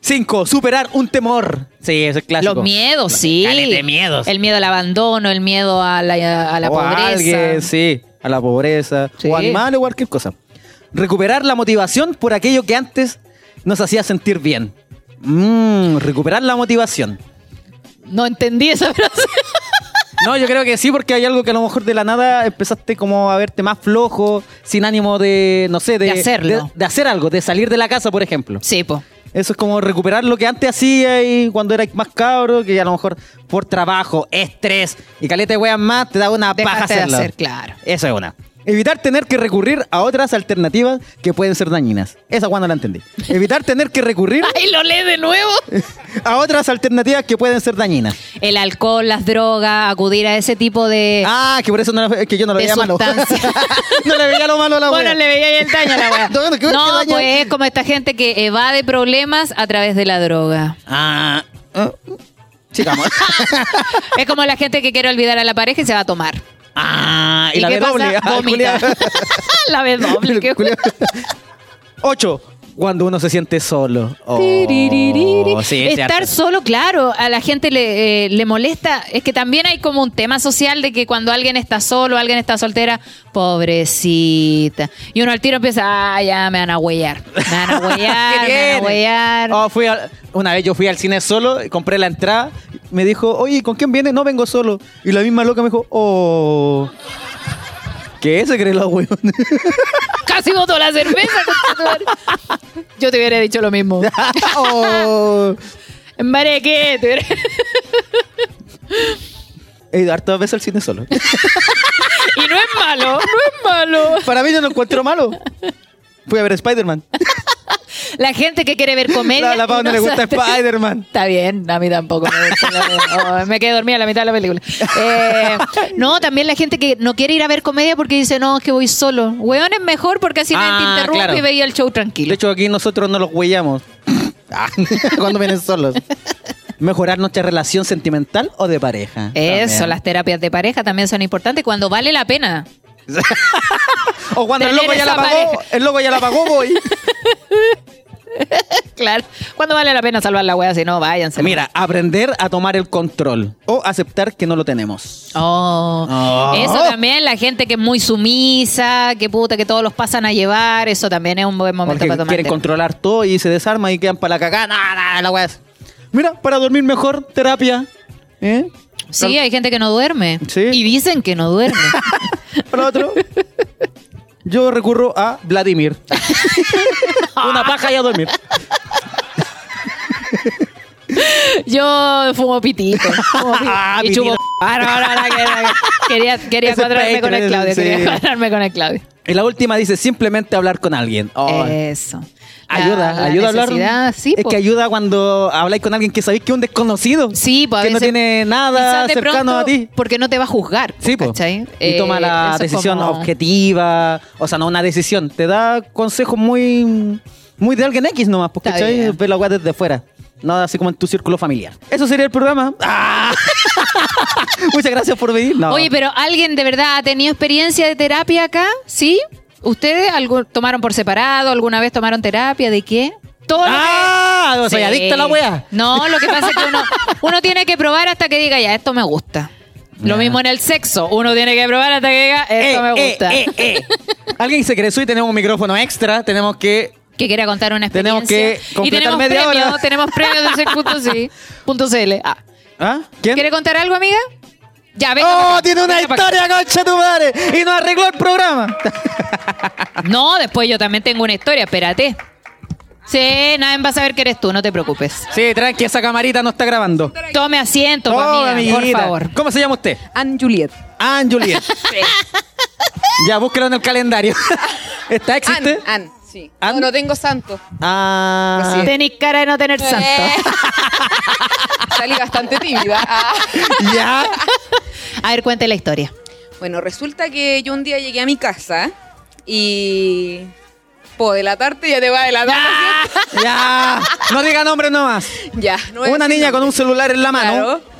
D: Cinco, superar un temor. Sí, eso es clásico.
A: Los miedos, sí.
D: Caleta de miedos.
A: El miedo al abandono, el miedo a la, a la
D: O a
A: pobreza.
D: alguien, sí, a la pobreza.
A: Sí.
D: O animales o cualquier cosa. Recuperar la motivación por aquello que antes nos hacía sentir bien. Mm, recuperar la motivación.
A: No entendí esa frase.
D: No, yo creo que sí, porque hay algo que a lo mejor de la nada empezaste como a verte más flojo, sin ánimo de, no sé, de,
A: De hacerlo.
D: de- de hacer algo, de salir de la casa, por ejemplo.
A: Sí, po.
D: Eso es como recuperar lo que antes hacía y cuando era más cabro, que a lo mejor por trabajo, estrés y caleta de weas más, te da una paja
A: Dejaste de
D: hacerlo.
A: hacer, claro.
D: Eso es una. Evitar tener que recurrir a otras alternativas que pueden ser dañinas. Esa cuando la entendí. Evitar tener que recurrir
A: Ay, lo leí de nuevo.
D: a otras alternativas que pueden ser dañinas.
A: El alcohol, las drogas, acudir a ese tipo de.
D: Ah, que por eso no, es que yo no lo
A: Eh, de
D: veía malo.
A: sustancia.
D: (laughs) no le veía lo malo a la
A: bueno,
D: wea.
A: le veía ahí el daño a la weá.
D: No, no, ¿qué- qué
A: No,
D: daño?
A: pues es como esta gente que evade problemas a través de la droga.
D: Ah. ah,
A: (laughs)
D: Sigamos.
A: Es como la gente que quiere olvidar a la pareja y se va a tomar.
D: Ah, y, la
A: qué
D: de doble.
A: pasa?
D: ah,
A: Vomita.
D: culiao.
A: (laughs) la B doble. qué
D: Culiao. Ocho. Cuando uno se siente solo. Oh,
A: Tiriririri.
D: sí, es
A: Estar
D: cierto.
A: solo, claro, a la gente le, eh, le molesta. Es que también hay como un tema social de que cuando alguien está solo, alguien está soltera, pobrecita. Y uno al tiro empieza, ah, ya me van a huellar. Me
D: (laughs)
A: van a huellar,
D: ¿Qué
A: me van a
D: tiene?
A: huellar.
D: Oh, fui al- una vez yo fui al cine solo, y compré la entrada, me dijo, oye, ¿con quién viene? No vengo solo. Y la misma loca me dijo, oh. ¿Qué se creen los huevones?
A: Casi botó la cerveza. conchetumare. Yo te hubiera dicho lo mismo.
D: (laughs) oh.
A: Mare, ¿qué? Te hubiera- (laughs)
D: He ido hartas veces al cine solo. (laughs)
A: Y no es malo, no es malo.
D: Para mí yo no encuentro malo. Fui a
A: (laughs)
D: ver Spider-Man.
A: La gente que quiere ver comedia.
D: La, la Pau
A: y
D: no
A: (laughs)
D: le gusta
A: sabe-
D: Spider-Man.
A: Está bien, a mí tampoco me gusta
D: (laughs)
A: la- oh, me quedé dormida a la mitad de la película. Eh, no, también la gente que no quiere ir a ver comedia porque dice, no, es que voy solo. Weón es mejor porque así nadie te
D: Ah,
A: interrumpe
D: claro.
A: y veía el show
D: De
A: tranquilo.
D: hecho, aquí nosotros no los huellamos. (laughs) Ah, Cuando vienen solos. Mejorar nuestra relación sentimental o de pareja.
A: Eso,
D: También.
A: las terapias de pareja también son importantes cuando vale la pena.
D: O cuando el
A: tener
D: loco ya la
A: esa
D: pagó,
A: pareja.
D: el loco ya la pagó, voy.
A: Claro, cuando vale la pena salvar la wea, si no, váyanse.
D: (laughs) Mira, aprender a tomar el control o aceptar que no lo tenemos.
A: Oh.
D: Oh.
A: Eso también, la gente que es muy sumisa, que puta, que todos los pasan a llevar, eso también es un buen momento
D: Porque
A: para tomar.
D: quieren
A: terapia.
D: controlar todo y se desarman y quedan para la cagada. No, no, la weá es- Mira, para dormir mejor, terapia. ¿Eh?
A: Sí, hay gente que no duerme.
D: Sí.
A: Y dicen que no
D: (laughs)
A: duerme.
D: Para otro. Yo recurro a Vladimir. Una paja y a dormir.
A: Yo fumo pitito. fumo pitito.
D: (laughs) Ah,
A: y
D: pitito.
A: chupo. (laughs) Ah, no, no, no, que- que- Quería, quería
D: Ese
A: cuadrarme con el
D: Patreon,
A: Claudio.
D: sí.
A: Quería cuadrarme con el Claudio.
D: Y la última dice simplemente hablar con alguien. Oh,
A: Eso. La-
D: ayuda,
A: la
D: ayuda a hablar.
A: necesidad, Sí,
D: es
A: po.
D: que ayuda cuando habláis con alguien que sabéis que es un desconocido.
A: Sí, pues a
D: Que no
A: veces-
D: tiene nada
A: quizás de
D: cercano
A: pronto,
D: a ti.
A: Porque no te va a juzgar.
D: Sí, po.
A: ¿cachai?
D: Y
A: Eh,
D: toma la
A: eso es
D: decisión
A: como-
D: objetiva, o sea, no una decisión. Te da consejos muy, muy de alguien X nomás, porque
A: Está bien.
D: ve la weá desde fuera. Nada así como en tu círculo familiar. Eso sería
A: (laughs)
D: el programa. ¡Ah! Muchas gracias por venir. No.
A: Oye, pero ¿alguien de verdad ha tenido experiencia de terapia acá? ¿Sí? ¿Ustedes algo, tomaron por separado? ¿Alguna vez tomaron terapia? ¿De qué? Todo lo que-
D: ¡Ah! Soy
A: Sí.
D: adicta a la weá.
A: No, lo que pasa es que
D: (laughs)
A: uno, uno tiene que probar hasta que diga, ya, esto me gusta. Lo
D: Ya.
A: mismo en el sexo, uno tiene que probar hasta que diga,
D: Eh,
A: esto me
D: eh,
A: gusta.
D: eh, eh. Alguien se crezó y tenemos un micrófono extra. Tenemos que.
A: Que quiera contar una experiencia.
D: Tenemos que
A: y
D: completar
A: tenemos
D: media
A: premio,
D: hora.
A: tenemos premio de
D: (laughs)
A: punto sí, punto CL. Ah,
D: ¿Ah? ¿Quién?
A: ¿Quiere contar algo, amiga? Ya, venga. para
D: ¡Oh!
A: acá,
D: Tiene una
A: venga para acá.
D: historia, concha tu madre. Y nos arregló
A: (laughs)
D: el programa.
A: No, después yo también tengo una historia, espérate. Sí, nadie va a saber que eres tú, no te preocupes.
D: Sí, tranqui, esa camarita no está grabando.
A: Tome asiento, pues,
D: Oh,
A: amiga, por
D: amiguita.
A: favor. Ah.
D: ¿Cómo se llama usted?
B: Anne Juliet.
D: Anne
A: (laughs)
D: Juliet. ya, búsquelo en el calendario. ¿Está
B: Anne,
D: existe?
B: Anne, sí.
D: Anne.
B: No, no tengo santo.
D: Ah,
A: Tenís cara de no tener santo.
B: Eh. (laughs) salí bastante tímida. Ah.
D: ya.
A: A ver, cuente la historia.
B: Bueno, resulta que yo un día llegué a mi casa y... Puedo delatarte, ya te va a delatar. ¿no es
D: Ya. No diga nombre nomás.
B: cierto? Ya, no voy a
D: Una
B: decir
D: niña con
B: nombre.
D: un celular en la mano.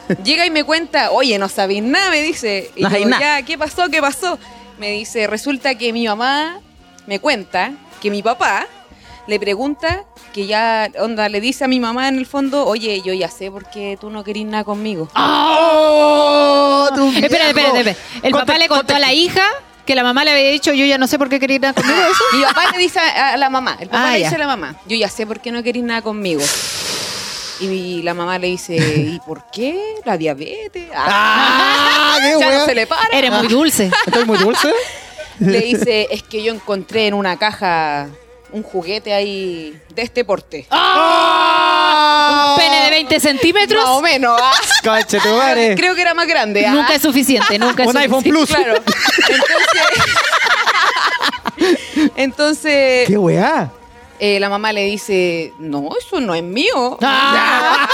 B: Claro. Llega y me cuenta, oye, no sabéis nada, me dice. Y
D: No
B: yo,
D: sabéis nada.
B: ya, ¿qué pasó? ¿Qué pasó? Me dice, resulta que mi mamá me cuenta que mi papá le pregunta que ya, onda, le dice a mi mamá en el fondo, oye, yo ya sé por qué tú no querís nada conmigo.
D: ¡Oh! tu
A: (laughs)
D: viejo.
A: Espera, espera, espera. El papá
D: Conte-
A: le contó a la hija que la mamá le había dicho, yo ya no sé por qué quería ir a conmigo
D: ¿Ah,
A: eso.
B: Mi papá le dice a a la mamá, el papá
A: Ah,
B: le
A: ya.
B: dice a la mamá, yo ya sé por qué no querís nada conmigo. Y mi- la mamá le dice, ¿y por qué? La diabetes. (laughs)
D: ¡Ah! ¡Qué
B: ya no
D: wea!
B: se le (laughs) para.
A: Eres muy dulce.
D: ¿Estoy
A: (laughs)
D: muy dulce?
B: le dice, es que yo encontré en una caja un juguete ahí de este porte.
D: ¡Oh!
A: Pene de 20 centímetros.
B: Más o menos. ¿ah?
D: Conche tu madre.
B: Creo que era más grande. ¿ah? (laughs)
A: Nunca es suficiente, nunca es
D: Un iPhone
A: suficiente.
D: Plus.
B: Claro. Entonces,
D: (laughs)
B: entonces
D: ¡Qué weá!
B: eh, la mamá le dice, no, eso no es mío.
D: Ah,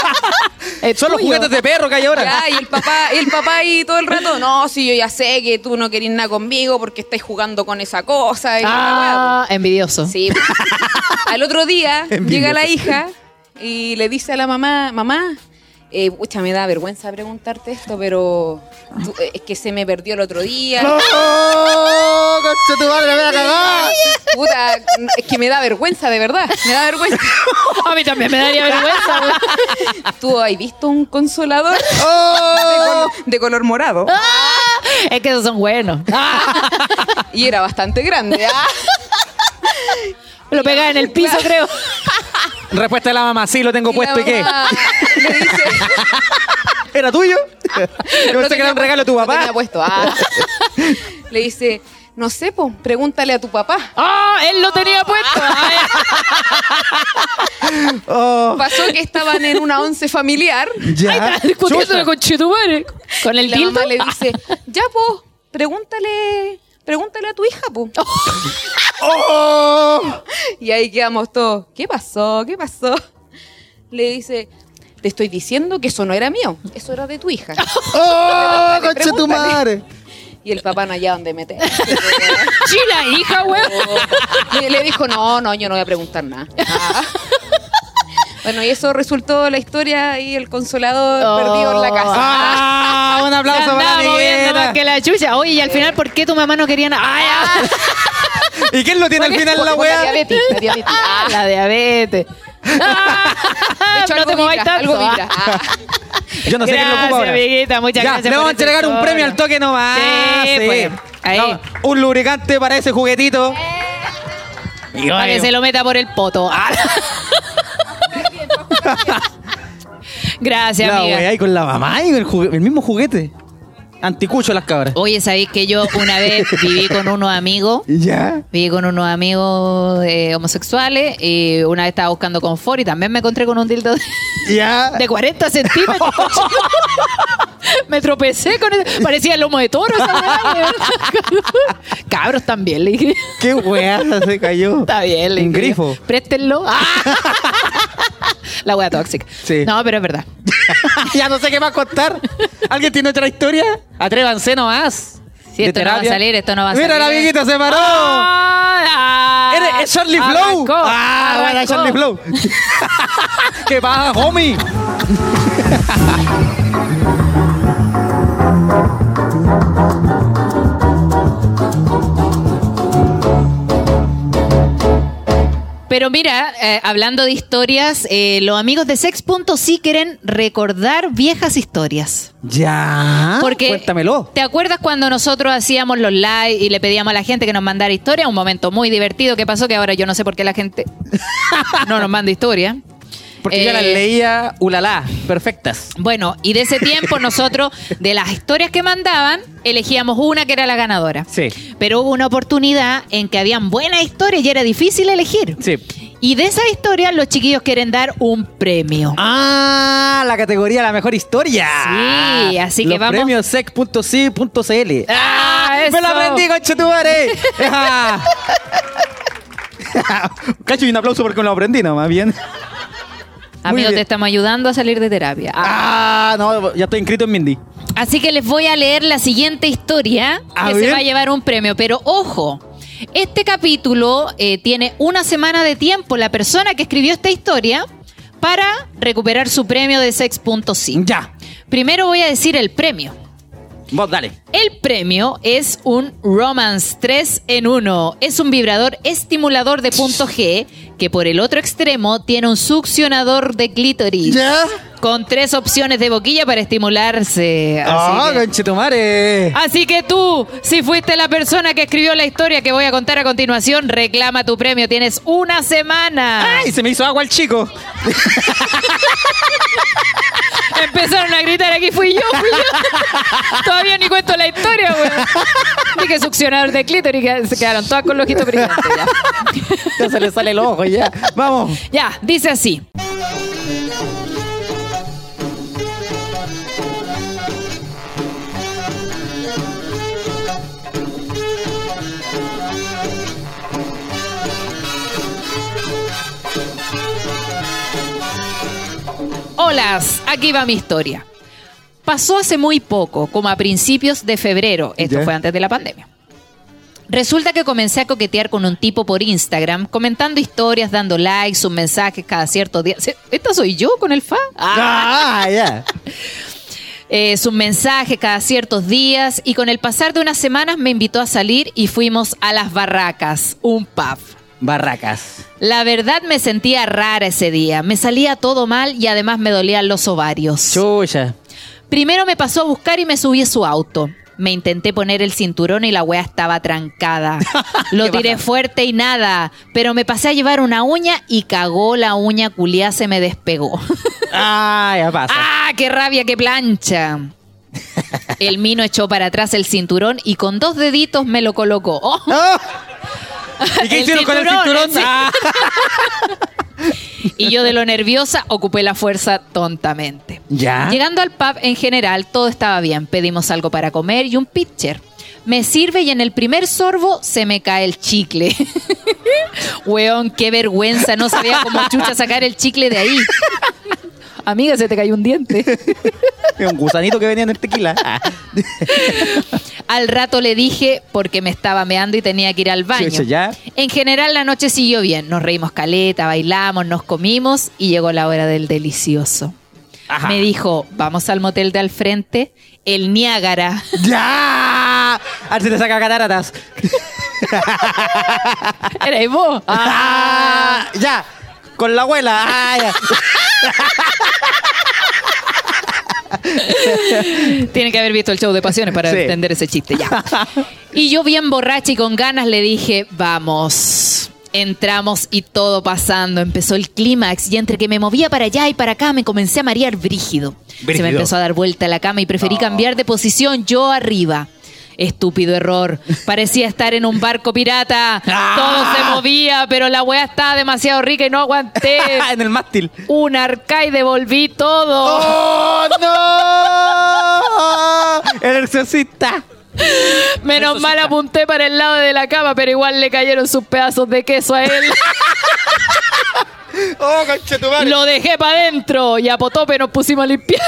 B: ¡Ah!
D: (laughs) Son los juguetes de perro que hay ahora. (laughs)
B: Ya, y el papá, y el papá ahí todo el rato, no, si yo ya sé que tú no querés nada conmigo porque estáis jugando con esa cosa. Y la weá, pues". po".
A: Ah, envidioso.
B: Sí. Al
D: (laughs)
B: otro día llega la hija y le dice a la mamá, mamá, eh, pucha, me da vergüenza preguntarte esto, pero tú- eh, es que se me perdió el otro día.
D: ¡No! ¡Conche Oh, tu madre, me voy a cagar!
B: Puta, es que me da vergüenza, de verdad. Me da vergüenza.
A: (laughs) A mí también me daría vergüenza.
B: (laughs)
A: güey.
B: ¿Tú has visto un consolador de
D: ¡Oh!
B: colo- de color morado?
A: Ah. Es que esos son buenos.
B: Y era bastante grande. ¿ah?
A: Lo pegaba en el piso, creo.
D: Respuesta de la mamá, sí, lo tengo
B: Y la
D: puesto y este qué.
B: mamá Le dice,
D: (laughs) ¿Era
B: (laughs)
D: tuyo? Yo
B: Lo
D: pensé que
B: tenía
D: era un regalo de tu
B: puesto, lo
D: papá.
B: tenía puesto, ah. Le dice, no sé, po, pregúntale a tu papá.
A: ¡Ah! él lo tenía puesto. Ah, eh, (laughs)
D: Oh,
B: Pasó que estaban en una once familiar.
D: (laughs) ya.
A: Discutiéndolo
D: Chuta.
A: con Chetumare. Con
B: Y
A: el
B: la
A: dildo.
B: mamá le
A: (laughs)
B: dice, ya, po, pregúntale, pregúntale a tu hija, po.
D: ¡Oh!
B: Y ahí quedamos todos, ¿qué pasó? ¿Qué pasó? Le dice, te estoy diciendo que eso no era mío, eso era de tu hija.
D: ¡Oh! ¡Conche tu
B: Pregúntale. (laughs)
D: madre!
B: Y el papá no hallaba dónde
D: (laughs)
B: meter.
A: Chila, hija,
B: (laughs)
A: güey.
B: Y le dijo, no, no, yo no voy a
A: (laughs)
B: preguntar nada. Ah. Bueno, y eso resultó la historia y el consolador
A: Oh.
B: perdido en la casa.
D: ¡Ah! ¡Un
A: Se
D: aplauso para
A: andaba
D: la
A: moviendo más
D: amiguera.
A: que la chucha. Oye, y al final, ¿por qué tu mamá no quería nada? ¡Ay, ah!
D: ¿Y quién lo tiene al final la
B: Por La
D: weá?
B: diabetes, la diabetes.
A: (laughs)
B: Ah.
A: la diabetes.
B: De hecho,
A: (laughs) no
B: algo
A: te mováis
B: vibra,
A: tanto.
B: algo vibra.
A: (laughs)
B: Ah.
D: Yo no sé quién lo
A: gracias,
D: ocupa ahora.
A: amiguita. Muchas
D: ya,
A: Pues gracias. por
D: le
A: este
D: vamos
A: esa
D: a entregar un
A: historia.
D: premio al toque nomás.
A: Sí, pues, ahí.
D: No, un lubricante para ese juguetito. Y
A: Para que
D: bueno.
A: se lo meta por el poto. (laughs) Ah. gracias,
D: La
A: amiga.
D: weá, y con la mamá y el, jugu- el mismo juguete. Anticucho las cabras.
A: Oye, ¿sabéis que yo una vez viví con unos amigos?
D: Ya.
A: Viví con unos amigos eh, homosexuales y una vez estaba buscando confort y también me encontré con un dildo de,
D: Ya.
A: de 40
D: (laughs)
A: centímetros. me tropecé con él. Parecía el lomo de toro. esa weá, de verdad. Cabros también, le dije. (laughs)
D: Qué weá se cayó.
A: Está bien, le
D: Un
A: dije
D: grifo. (laughs)
A: yo, Préstenlo. Ah. (laughs) La wea tóxica.
D: Sí.
A: No, pero es verdad.
D: ya no sé qué más contar. ¿Alguien tiene otra historia? (laughs) Atrévanse nomás.
A: Sí,
D: De
A: esto no va a
D: terapia.
A: salir, esto no va a
D: Mira,
A: salir.
D: la amiguita se paró.
A: Ah, ah,
D: Eres- es Charlie Flow.
A: arrancó,
D: Ah, bueno,
A: arrancó. (laughs)
D: Charlie Flow. (laughs) ¿Qué pasa, homie?
A: Pero mira, eh, hablando de historias, eh, los amigos de Sex. sí quieren recordar viejas historias.
D: Ya.
A: Porque
D: Ah, Cuéntamelo.
A: ¿Te acuerdas cuando nosotros hacíamos los live y le pedíamos a la gente que nos mandara historia? Un momento muy divertido que pasó que ahora yo no sé por qué la gente (laughs) no nos manda historia.
D: Porque yo
A: Eh,
D: las leía ulalá, perfectas.
A: Bueno, y de ese tiempo nosotros, de las historias que mandaban, elegíamos una que era la ganadora.
D: Sí.
A: Pero hubo una oportunidad en que habían buenas historias y era difícil elegir.
D: Sí.
A: Y de esas historias los chiquillos quieren dar un premio.
D: Ah, la categoría la mejor historia.
A: Sí, así
D: Los
A: que vamos-
D: Premios sec.ci.cl.
A: ¡Ah,
D: Me la aprendí,
A: (laughs)
D: conchetumare. Ejá. Cacho, y un aplauso porque me lo aprendí, no, más bien. Muy
A: Amigo,
D: bien.
A: te estamos ayudando a salir de terapia. Ah.
D: Ah, no, ya estoy inscrito en Mindy.
A: Así que les voy a leer la siguiente historia
D: A
A: que se
D: ver.
A: va a llevar un premio. Pero ojo, este capítulo eh, tiene una semana de tiempo la persona que escribió esta historia para recuperar su premio de 6.5.
D: Ya.
A: Primero voy a decir el premio.
D: Vos dale.
A: El premio es un Romance 3 en 1. Es un vibrador estimulador de punto G que por el otro extremo tiene un succionador de clítoris.
D: Ya.
A: Con tres opciones de boquilla para estimularse. Así
D: Ah,
A: que-
D: conchetumare.
A: Así que tú, si fuiste la persona que escribió la historia que voy a contar a continuación, reclama tu premio. Tienes una semana.
D: Ay, se me hizo agua el chico.
A: Empezaron a gritar, aquí fui yo, fui yo. Todavía ni cuento la historia, güey. Dije succionador de clítoris, que se quedaron todas con los ojitos brillantes. Ya.
D: Ya se le sale el ojo, ya. Vamos.
A: Ya, dice así. Hola, aquí va mi historia. Pasó hace muy poco, como a principios de febrero. Esto
D: Ya.
A: fue antes de la pandemia. Resulta que comencé a coquetear con un tipo por Instagram, comentando historias, dando likes, sus mensajes cada cierto día. Se- ¿Esta soy yo con el fa?
D: Ah, ya.
A: Eh, sus mensajes cada ciertos días y con el pasar de unas semanas me invitó a salir y fuimos a Las Barracas, un pub.
D: Barracas.
A: La verdad me sentía rara ese día, me salía todo mal y además me dolían los ovarios.
D: Chucha.
A: Primero me pasó a buscar y me subí a su auto. Me intenté poner el cinturón y la weá estaba trancada. Lo tiré fuerte y nada, pero me pasé a llevar una uña y cagó la uña culiá, se me despegó. (laughs)
D: Ah, ya pasa.
A: ¡Ah, qué rabia, qué plancha! El mino echó para atrás el cinturón y con dos deditos me lo colocó. (laughs) ¡Oh!
D: ¿Y qué
A: El
D: hicieron con el
A: cinturón, sí.
D: cinturón? Ah.
A: Y yo de lo nerviosa ocupé la fuerza tontamente.
D: Ya.
A: Llegando al pub en general, todo estaba bien. Pedimos algo para comer y un pitcher. Me sirve y en el primer sorbo se me cae el chicle. (laughs) Weón, qué vergüenza. No sabía cómo chucha sacar el chicle de ahí. Amiga, se te cayó un diente.
D: Un gusanito que venía en el tequila. Ah.
A: Al rato le dije porque me estaba meando y tenía que ir al baño.
D: Chucha, ya.
A: En general la noche siguió bien. Nos reímos caleta, bailamos, nos comimos y llegó la hora del delicioso.
D: Ajá.
A: Me dijo, vamos al motel de al frente, el Niágara.
D: (laughs) ¡Ya! Ahora se te saca cataratas.
A: (laughs) Era vos. (laughs)
D: Ah, ¡Ya! Con la abuela. Ah, ya.
A: Tienen que haber visto el show de pasiones para
D: Sí.
A: entender ese chiste
D: (laughs)
A: ya. Y yo bien borracha y con ganas le dije, vamos. Entramos y todo pasando. Empezó el clímax y entre que me movía para allá y para acá me comencé a marear brígido. Se me
D: Brígido.
A: empezó a dar vuelta la cama y preferí cambiar de posición yo arriba. Estúpido error. Parecía estar en un barco
D: (laughs)
A: pirata. Todo se movía, pero la weá estaba demasiado rica y no
D: (laughs)
A: aguanté.
D: (laughs) en el mástil.
A: Un arca y devolví todo.
D: ¡Oh, no! El exorcista.
A: Menos mal apunté para el lado de la cama, pero igual le cayeron sus pedazos de queso (laughs) a él.
D: ¡Oh, conchetumare!
A: Lo dejé para adentro y a Potope nos pusimos a limpiar.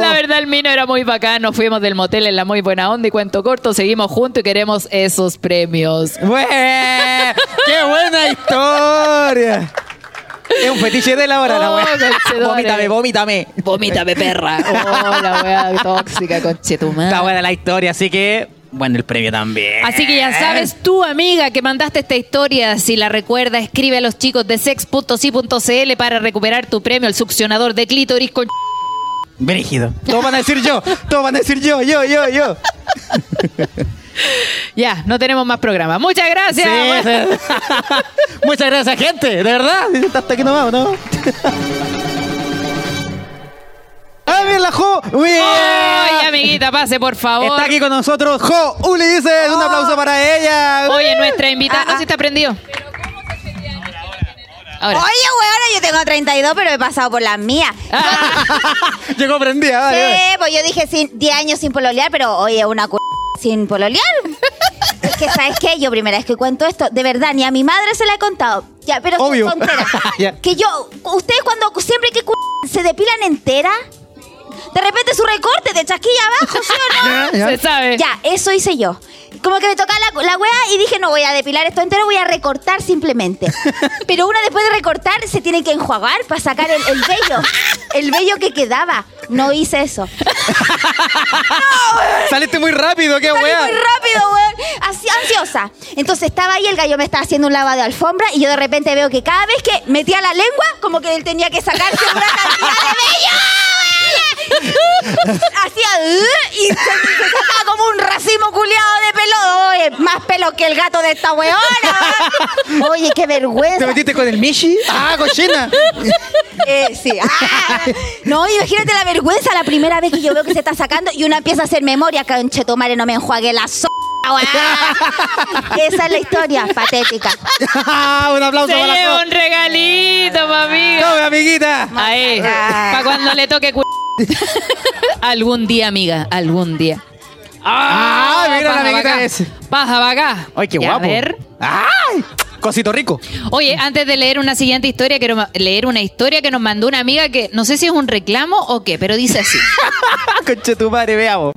A: La verdad, el mino era muy bacán. Nos fuimos del motel en la muy buena onda y cuento corto. Seguimos juntos y queremos esos premios.
D: Bue- ¡Qué buena historia! Es un fetiche de la hora, la
A: Oh,
D: wea.
A: conchetumare.
D: Vómitame, vómitame.
A: Vomítame, perra. (laughs) Oh, la wea tóxica, conchetumada.
D: Está buena la historia, así que. Bueno, el premio también.
A: Ah. Así que ya sabes, tú, amiga, que mandaste esta historia, si la recuerda, escribe a los chicos de sex.si.cl para recuperar tu premio, el succionador de clítoris con
D: Brígido. Todos van a decir yo, todos van a decir yo, yo, yo, yo.
A: Ya, no tenemos más programa. Muchas
D: Sí,
A: gracias. Bueno,
D: sí. (laughs) Muchas gracias, gente. De verdad. Hasta aquí nomás, ¿no?
A: (laughs)
D: ¡Ah, bien, la Jo! ¡Bien!
A: Ay, amiguita, pase, por favor.
D: Está aquí con nosotros Jo Ulises. Un aplauso para ella.
A: Oh. Oye, nuestra invitada.
D: Ah,
A: No sé si está prendido. Ahora.
E: Oye, weona, yo tengo 32, pero he pasado por las mías.
D: (laughs) Llegó prendida.
E: Sí,
D: vale, vale. (laughs)
E: pues yo dije sin, 10 años sin pololear, pero oye, una c sin pololear. Es que, ¿sabes qué? Yo primera vez que cuento esto, de verdad, ni a mi madre se la he contado. Ya, pero qué
D: Obvio.
E: tontera.
D: (laughs) Ya.
E: Que yo, ustedes cuando siempre que cu- se depilan entera, de repente su recorte de chasquilla abajo, ¿sí
D: (laughs)
E: o no?
A: Se sabe.
E: Ya, eso hice yo. Como que me tocaba la, la wea y dije, no voy a depilar esto entero, voy a recortar simplemente. Pero una después de recortar se tiene que enjuagar para sacar el, el vello. El vello que quedaba. No hice eso.
D: Saliste muy rápido, qué
E: Salí
D: weá.
E: muy rápido, weón. Así, ansiosa. Entonces estaba ahí, el gallo me estaba haciendo un lavado de alfombra y yo de repente veo que cada vez que metía la lengua, como que él tenía que sacarse una cantidad de vello. weón. (laughs) Hacía "Ugh", y se, se sacaba como un racimo culiado de pelo. Oye, más pelo que el gato de esta weona. weón. Oye, qué
D: ¿Te
E: vergüenza.
D: metiste con el Mishi? ¡Ah, cochina!
E: (laughs) Eh, sí. Ah. No, imagínate la vergüenza la primera vez que yo veo que se está sacando y una empieza a hacer memoria, conchetumare, no me enjuague la so... (laughs) weá. Esa es la historia patética.
D: (laughs) Un aplauso
A: Se
D: para la
A: lleva
D: co-
A: un regalito, mami.
D: Come, amiguita.
A: Ahí.
D: Ah.
A: Para cuando le toque
D: (laughs)
A: cu- Algún día, amiga. Algún día.
D: ¡Ah! mira la
A: Paja pa'
D: amiguita
A: acá.
D: ese.
A: Paja pa' acá.
D: ¡Ay,
A: Y
D: qué guapo!
A: A ver.
D: ¡Ay! Cosito rico.
A: Oye, antes de leer una siguiente historia, quiero ma- leer una historia que nos mandó una amiga que no sé si es un reclamo o qué, pero dice así.
D: ¡Ah, conche tu madre, veamos!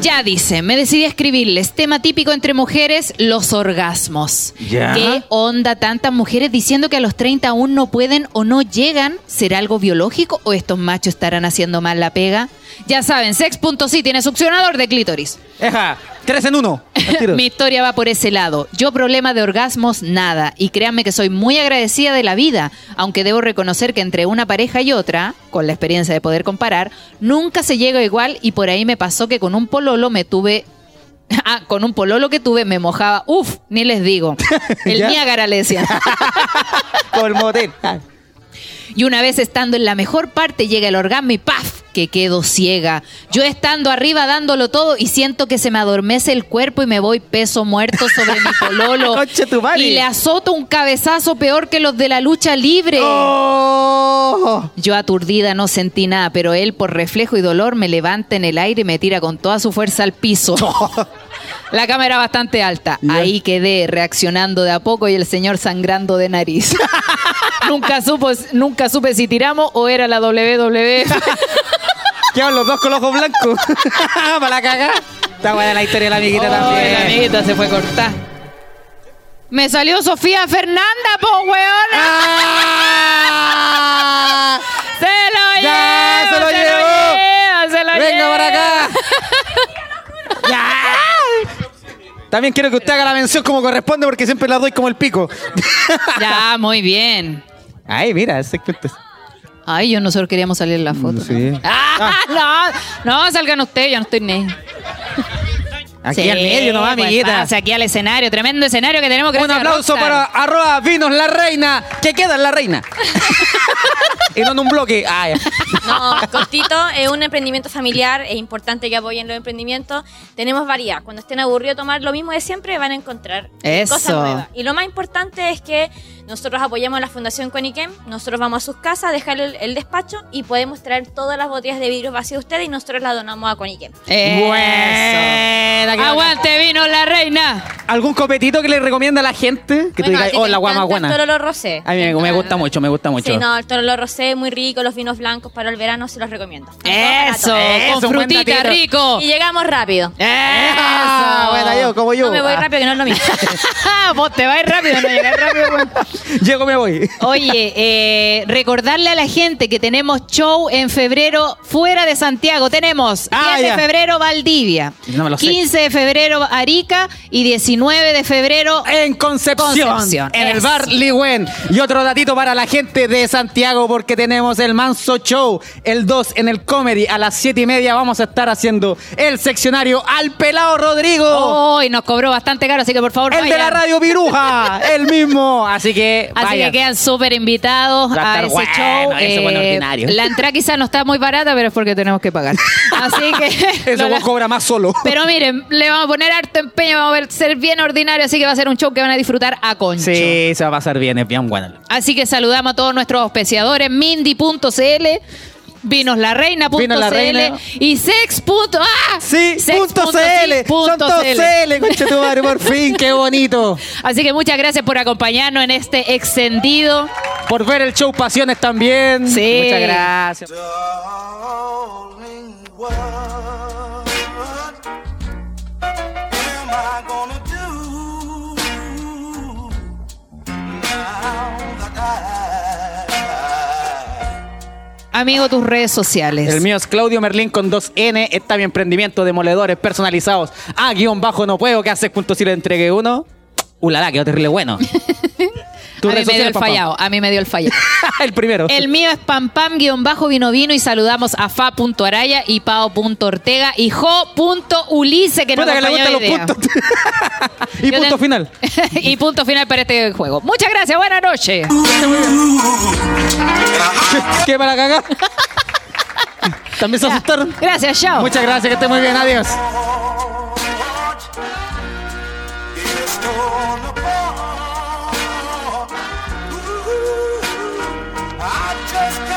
A: Ya dice, me decidí a escribirles, tema típico entre mujeres, los orgasmos.
D: Ya.
A: ¿Qué onda tantas mujeres diciendo que a los 30 aún no pueden o no llegan? ¿Será algo biológico o estos machos estarán haciendo mal la pega? Ya saben, sex.si tiene succionador de clítoris.
D: Eja, tres en uno. Al tiro. (laughs)
A: Mi historia va por ese lado. Yo problema de orgasmos, nada. Y créanme que soy muy agradecida de la vida, aunque debo reconocer que entre una pareja y otra, con la experiencia de poder comparar, nunca se llega igual y por ahí me pasó que con un pololo me tuve... (laughs) Ah, con un pololo que tuve me mojaba. Uf, ni les digo. El
D: ¿Ya?
A: Niágara le decían.
D: Con el motel. Ah.
A: Y una vez estando en la mejor parte llega el orgasmo y ¡paf! que quedo ciega. Yo estando arriba dándolo todo y siento que se me adormece el cuerpo y me voy peso muerto sobre mi pololo.
D: Concha tu madre.
A: y le azoto un cabezazo peor que los de la lucha libre.
D: ¡Oh!
A: Yo aturdida no sentí nada, pero él por reflejo y dolor me levanta en el aire y me tira con toda su fuerza al
D: (laughs)
A: piso. La cámara era bastante alta.
D: Ya.
A: Ahí quedé reaccionando de a poco y el señor sangrando de
D: (laughs)
A: nariz. nunca, supo, nunca supe si tiramos o era la WWE.
D: (laughs) Quedan los dos con los ojos blancos. (laughs) Para la cagá. Está buena la historia de Oh, la amiguita
A: Ay,
D: también.
A: la amiguita se fue cortada. Me salió Sofía Fernanda, po, weón.
D: ¡Ah!
A: Se lo
D: Ya,
A: lleva,
D: se lo llevó.
A: lleva, se lo
D: ¡Venga
A: lleva.
D: para acá! (laughs) ¡Ya! También quiero que usted haga la mención como corresponde porque siempre la doy como el pico. (laughs)
A: Ya, muy bien.
D: Ay, mira, ese cuento es-
A: Ay, yo nosotros queríamos salir en la foto.
D: Mm, Sí.
A: ¿no? Ah, (laughs) No, no, salgan ustedes, yo no estoy ni.
D: Aquí
A: Sí,
D: al medio nomás,
A: pues,
D: amiguita.
A: pase aquí al escenario, tremendo escenario que tenemos.
D: Un
A: gracias a
D: aplauso
A: Rockstar.
D: para arroba vinos la reina. que queda en
A: (laughs)
D: la reina? y no en un bloque. Ah, ya.
F: No, cortito, es un emprendimiento familiar, es importante que apoyen los emprendimientos. Tenemos variedad. Cuando estén aburridos de tomar lo mismo de siempre, van a encontrar
A: Eso.
F: cosas nuevas. Y lo más importante es que nosotros apoyamos a la Fundación Coniquem, nosotros vamos a sus casas, dejar el, el despacho y podemos traer todas las botellas de vidrio vacías a ustedes y nosotros las donamos a Coniquem.
A: Eso.
D: Buena, qué
A: Aguante, vino la reina.
D: ¿Algún copetito que le recomienda a la gente? Que tú
F: Bueno, a
D: digas,
F: ti
D: oh,
F: te
D: la guama
F: encanta
D: buena.
F: El Tololo Rosé.
D: A mí me, me gusta mucho, me gusta mucho.
F: Sí,
D: (laughs)
F: no, el Tololo Rosé es muy rico, los vinos blancos para el verano se los recomiendo.
A: Eso,
D: Eso,
A: con
D: un buen
A: frutita
D: datito.
A: rico.
F: Y llegamos rápido.
D: Ah, buena yo, como yo.
F: No me voy
D: Ah,
F: rápido, que no es lo mismo.
A: (laughs) Vos te vas rápido, no llegas rápido.
D: Llego, me voy.
A: Oye, eh, recordarle a la gente que tenemos show en febrero fuera de Santiago. Tenemos 10
D: Ah,
A: de
D: ya.
A: febrero Valdivia,
D: No me lo sé.
A: 15 de febrero Arica y 19 de febrero
D: En Concepción,
A: Concepción,
D: en el
A: eso.
D: bar Ligüen. Y otro datito para la gente de Santiago, porque tenemos el Manso Show, el 2 en el Comedy. A las 7 y media vamos a estar haciendo el seccionario al Pelado Rodrigo.
A: Hoy nos cobró bastante caro, así que por favor
D: Oh. El de la
A: vayan.
D: radio
A: (laughs)
D: Viruja, el mismo. Así que.
A: Así
D: vayan.
A: que quedan súper invitados
D: Va a
A: a,
D: estar
A: ese
D: bueno,
A: show. Eh,
D: ese bueno ordinario.
A: La entrada quizás no está muy barata, pero es porque tenemos que
D: (laughs)
A: pagar. Así que.
D: Eso
A: no
D: vos
A: la-
D: cobra más solo.
A: pero miren, le vamos a poner harto empeño, vamos a ver- ser bien ordinario, así que va a ser un show que van a disfrutar a concho.
D: (laughs) Sí, se va a pasar bien, es bien bueno.
A: Así que saludamos a todos nuestros auspiciadores, Mindy.cl, Vinos la reina
D: Vinos la reina.
A: y sex punto- ¡ah!
D: Sí,
A: Sex
D: punto
A: punto sí,
D: CL. Son
A: punto
D: todos
A: CL.
D: CL, conchetumare, por fin, qué bonito.
A: Así que muchas gracias por acompañarnos en este extendido.
D: Por ver el show Pasiones también.
A: Sí.
D: Muchas gracias.
C: Darling, what am I gonna do now that I
A: Amigo, tus redes sociales.
D: El mío es Claudio Merlín con 2N. Está mi emprendimiento demoledores personalizados. Ah, guión bajo no puedo. Que haces punto si le entregué uno. Ulala, quedó
A: (laughs)
D: terrible bueno. Tus
A: a mí
D: redes
A: me dio
D: sociales,
A: el
D: papá.
A: fallado. A mí me dio el fallado.
D: (laughs) el primero.
A: El mío es pampam-vino y saludamos a fa.araya y pao.ortega y jo.ulice que nos
D: Puta que le
A: acompañó hoy
D: gustan
A: día.
D: los puntos. (laughs)
A: Yo
D: y punto
A: tengo-
D: final.
A: (laughs) y punto final para este juego. Muchas gracias, buenas noches.
D: ¿Qué
A: (laughs)
D: para cagar? También se asustaron.
A: Gracias, chao.
D: Muchas gracias, que esté muy bien. Adiós.
C: want is torn apart? Ooh, I just can't